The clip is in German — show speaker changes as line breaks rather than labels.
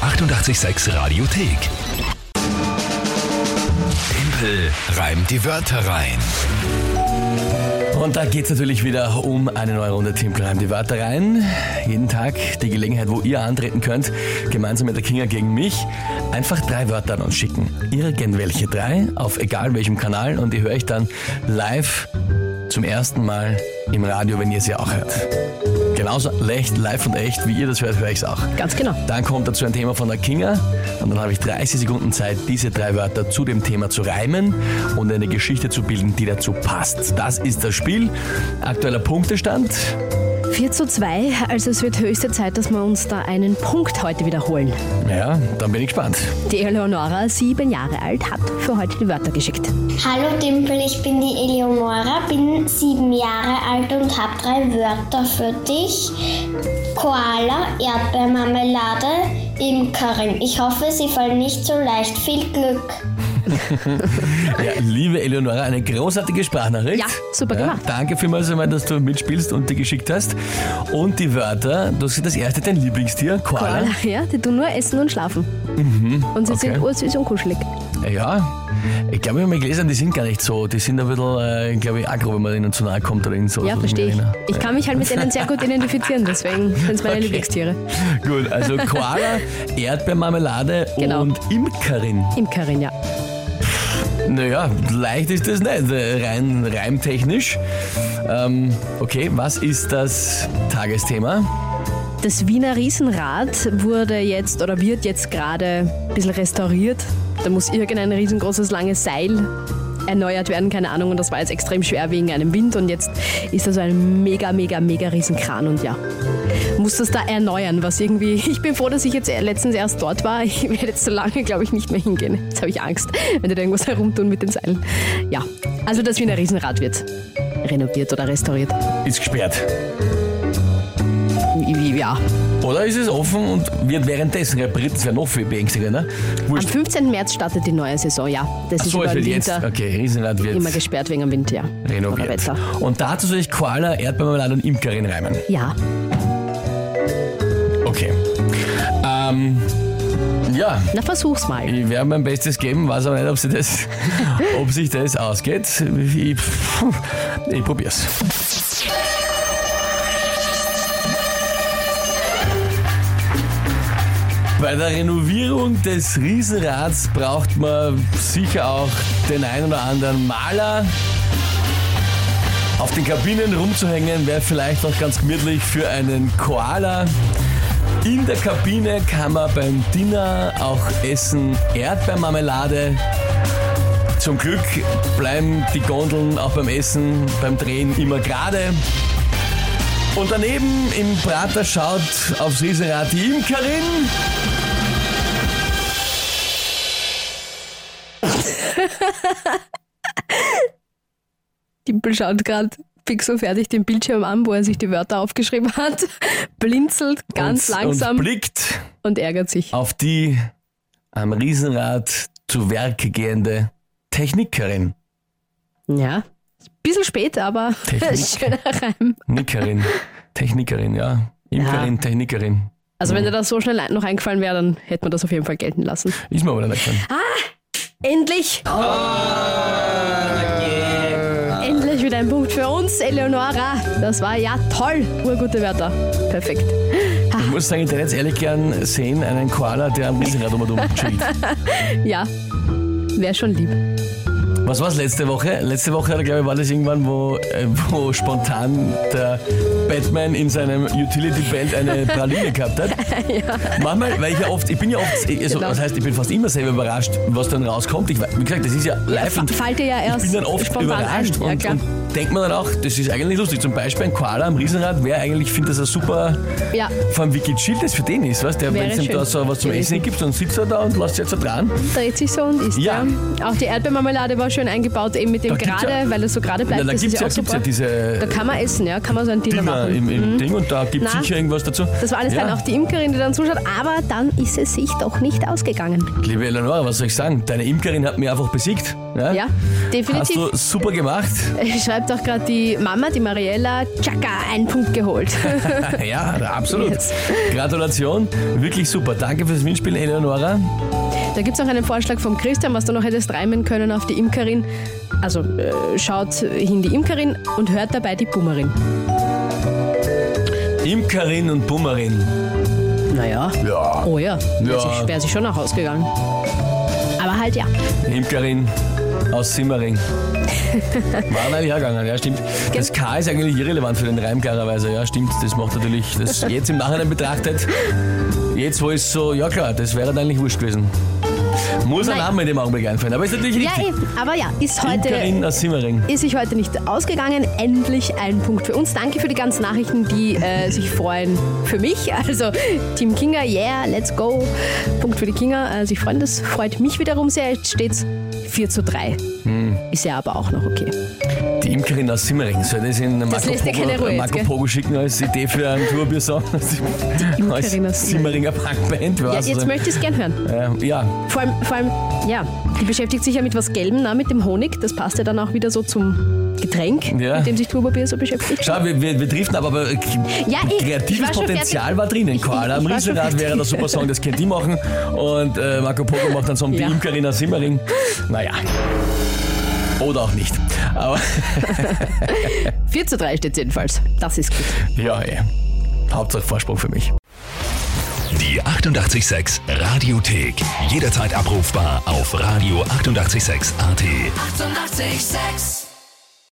886 Radiothek. Tempel reimt die Wörter rein.
Und da geht's natürlich wieder um eine neue Runde Team Klein die Wörter rein. Jeden Tag die Gelegenheit, wo ihr antreten könnt, gemeinsam mit der Kinga gegen mich. Einfach drei Wörter an uns schicken. Irgendwelche drei, auf egal welchem Kanal. Und die höre ich dann live zum ersten Mal im Radio, wenn ihr sie auch hört. Genauso echt, live und echt, wie ihr das hört, höre ich's auch.
Ganz genau.
Dann kommt dazu ein Thema von der Kinga und dann habe ich 30 Sekunden Zeit, diese drei Wörter zu dem Thema zu reimen und eine Geschichte zu bilden, die dazu passt. Das ist das Spiel. Aktueller Punktestand.
4 zu 2, also es wird höchste Zeit, dass wir uns da einen Punkt heute wiederholen.
Ja, dann bin ich gespannt.
Die Eleonora, sieben Jahre alt, hat für heute die Wörter geschickt.
Hallo Dimpel, ich bin die Eleonora, bin sieben Jahre alt und habe drei Wörter für dich. Koala, Erdbeermarmelade, Imkerin. Ich hoffe, sie fallen nicht so leicht. Viel Glück.
Ja, liebe Eleonora, eine großartige Sprachnachricht.
Ja, super gemacht.
Danke vielmals einmal, dass du mitspielst und die geschickt hast. Und die Wörter, du hast gesagt, das erste dein Lieblingstier, Koala.
Koala, ja, die tun nur essen und schlafen. und
Mhm.
sie
okay.
sind ursüß und kuschelig.
Ja, ich glaube, ich habe mal gelesen, die sind gar nicht so. Die sind ein bisschen, äh, glaube ich, aggro, wenn man ihnen zu nahe kommt oder irgend so.
Ja,
So
verstehe ich.
irgendwie, ne?
Ich kann mich halt mit denen sehr gut identifizieren, deswegen sind es meine
Okay.
Lieblingstiere.
Gut, also Koala, Erdbeermarmelade
Genau.
und Imkerin.
Imkerin, ja.
Naja, leicht ist das nicht, äh, rein reimtechnisch. Ähm, okay, was ist das Tagesthema?
Das Wiener Riesenrad wurde jetzt oder wird jetzt gerade ein bisschen restauriert. Da muss irgendein riesengroßes langes Seil erneuert werden, keine Ahnung. Und das war jetzt extrem schwer wegen einem Wind. Und jetzt ist da so ein mega, mega, mega Riesenkran. Und ja, muss das da erneuern, was irgendwie... Ich bin froh, dass ich jetzt e-, letztens erst dort war. Ich werde jetzt so lange, glaube ich, nicht mehr hingehen. Jetzt habe ich Angst, wenn die da irgendwas herumtun mit den Seilen. Ja, also das Wiener Riesenrad wird renoviert oder restauriert.
Ist gesperrt.
Ja,
Oder ist es offen und wird währenddessen repariert? Das wäre noch viel beängstigender. ne?
Am
Wurscht.
15. März startet die neue Saison, ja. Das
Ach
ist
so,
über
es
den
wird jetzt.
Winter
Okay, Riesenrad wird
immer gesperrt wegen dem Wind, ja. Oder
renoviert.
Wetter.
Und dazu soll ich Koala, Erdbeermarmelade und Imkerin reimen.
Ja,
Okay. Ähm, ja,
na versuch's mal.
ich werde mein Bestes geben, weiß aber nicht, ob, sie das, ob sich das ausgeht. Ich, ich probier's. Bei der Renovierung des Riesenrads braucht man sicher auch den ein oder anderen Maler. Auf den Kabinen rumzuhängen wäre vielleicht auch ganz gemütlich für einen Koala. In der Kabine kann man beim Dinner auch essen Erdbeermarmelade. Zum Glück bleiben die Gondeln auch beim Essen, beim Drehen immer gerade. Und daneben im Prater schaut aufs Riesenrad die Imkerin.
Dimpel schaut gerade fix und fertig den Bildschirm an, wo er sich die Wörter aufgeschrieben hat, blinzelt ganz
und,
langsam
Und
und,
blickt
ärgert sich.
auf die am Riesenrad zu Werke gehende Technikerin.
Ja. Bisschen spät, aber
Technik.
schöner Reim.
Nickerin. Technikerin, ja. Imkerin, Technikerin.
Also wenn dir das so schnell noch eingefallen wäre, dann hätte man das auf jeden Fall gelten lassen.
Ist mir aber nicht schon.
Endlich! Endlich wieder ein Punkt für uns, Eleonora. Das war ja toll. Urgute Wörter. Perfekt. Ah.
Ich muss sagen, ich hätte jetzt ehrlich gern sehen, einen Koala, der am Riesenrad um und um chillt.
Ja, wäre schon lieb.
Was war's letzte Woche? Letzte Woche, glaube ich, war das irgendwann, wo, äh, wo spontan der Batman in seinem Utility-Band eine Praline gehabt hat. Manchmal, weil ich ja oft, ich bin ja oft, ich- also
Genau.
das heißt, ich bin fast immer selber überrascht, was dann rauskommt. Ich, we- wie gesagt, das ist ja live und
Fällt dir ja
ich
erst
bin dann oft
spontan
überrascht
ein. Ja,
und,
klar.
und denkt man dann auch, das ist eigentlich lustig. Zum Beispiel ein Koala am Riesenrad wäre eigentlich, finde das ein super,
Ja.
vor allem wie gechillt das für den ist, weißt du,
Wäre
wenn es ihm
schön
da so was zum
gewesen.
Essen gibt, dann sitzt er da und lässt sich jetzt so dran.
Dreht sich so und isst.
Ja.
Ja. Auch die Erdbeermarmelade war schön eingebaut, eben mit dem
Da gibt's
gerade,
ja-
weil es so gerade bleibt.
Na, da
das
gibt es
ist
ja,
ja auch
gibt's
super.
ja diese
da kann man essen, ja, kann man so ein Dinner
Dinger
machen.
im,
Mhm.
im Ding und da gibt es
Na.
sicher irgendwas dazu.
Das war alles
ja.
dann auch die Imkerin, die dann zuschaut, aber dann ist es sich doch nicht ausgegangen.
Liebe Eleonora, was soll ich sagen? Deine Imkerin hat mir einfach besiegt. Ja?
Ja,
Hast
definitiv.
du super gemacht.
Schreibt auch gerade die Mama, die Mariella, Chaka, einen Punkt geholt.
ja, absolut.
Yes.
Gratulation. Wirklich super. Danke fürs Mitspielen, Eleonora.
Da gibt es noch einen Vorschlag vom Christian, was du noch hättest reimen können auf die Imkerin. Also äh, schaut hin die Imkerin und hört dabei die Pummerin.
Imkerin und Pummerin.
Naja.
Ja.
Oh ja,
Ja.
wäre sich, wär sich schon auch ausgegangen. Aber halt ja.
Imkerin aus Simmering. War mal hergegangen, ja stimmt. Das K ist eigentlich irrelevant für den Reim klarerweise, ja stimmt. Das macht natürlich, das jetzt im Nachhinein betrachtet, jetzt wo es so, ja klar, das wäre dann eigentlich wurscht gewesen. Muss ein
Nein.
Name in dem Augenblick einfallen, aber ist natürlich
Ja,
richtig.
eben. Aber ja, ist heute.
Imkerin aus Simmering.
Ist sich heute nicht ausgegangen. Endlich ein Punkt für uns. Danke für die ganzen Nachrichten, die äh, sich freuen für mich. Also Team Kinga, yeah, let's go. Punkt für die Kinga. Äh, sich freuen, das freut mich wiederum sehr. Jetzt steht's 4 zu 3.
Hm.
Ist ja aber auch noch okay.
Die Imkerin aus Simmering. Soll das in Marco,
lässt dir keine
Pogo,
Ruhe jetzt,
Marco
gell?
Pogo schicken als Idee für einen Tourbiersong? Die
Imkerin aus
Simmeringer Punkband.
Ja, jetzt möchte ich es gern hören.
äh, ja,
Vor allem, vor allem, ja, die beschäftigt sich ja mit was Gelbem, na, mit dem Honig. Das passt ja dann auch wieder so zum Getränk,
Ja.
mit dem sich Turbobier so beschäftigt.
Schau, wir, wir, wir driften aber, aber
Ja, ich- ich
kreatives
war schon
Potenzial
fertig.
war drinnen.
Ich-
Koala
ich-
am
ich war schon
Riesenrad
fertig.
wäre der super Song, das könnt ihr machen. Und äh, Marco Polo macht dann so einen
Ja.
ja. Imkerina Simmering. Naja. Oder auch nicht. Aber
4 zu 3 steht jedenfalls. Das ist gut.
ja, ey. Hauptsache Vorsprung für mich.
Die 886 Radiothek. Jederzeit abrufbar auf radio886.at. 886!
886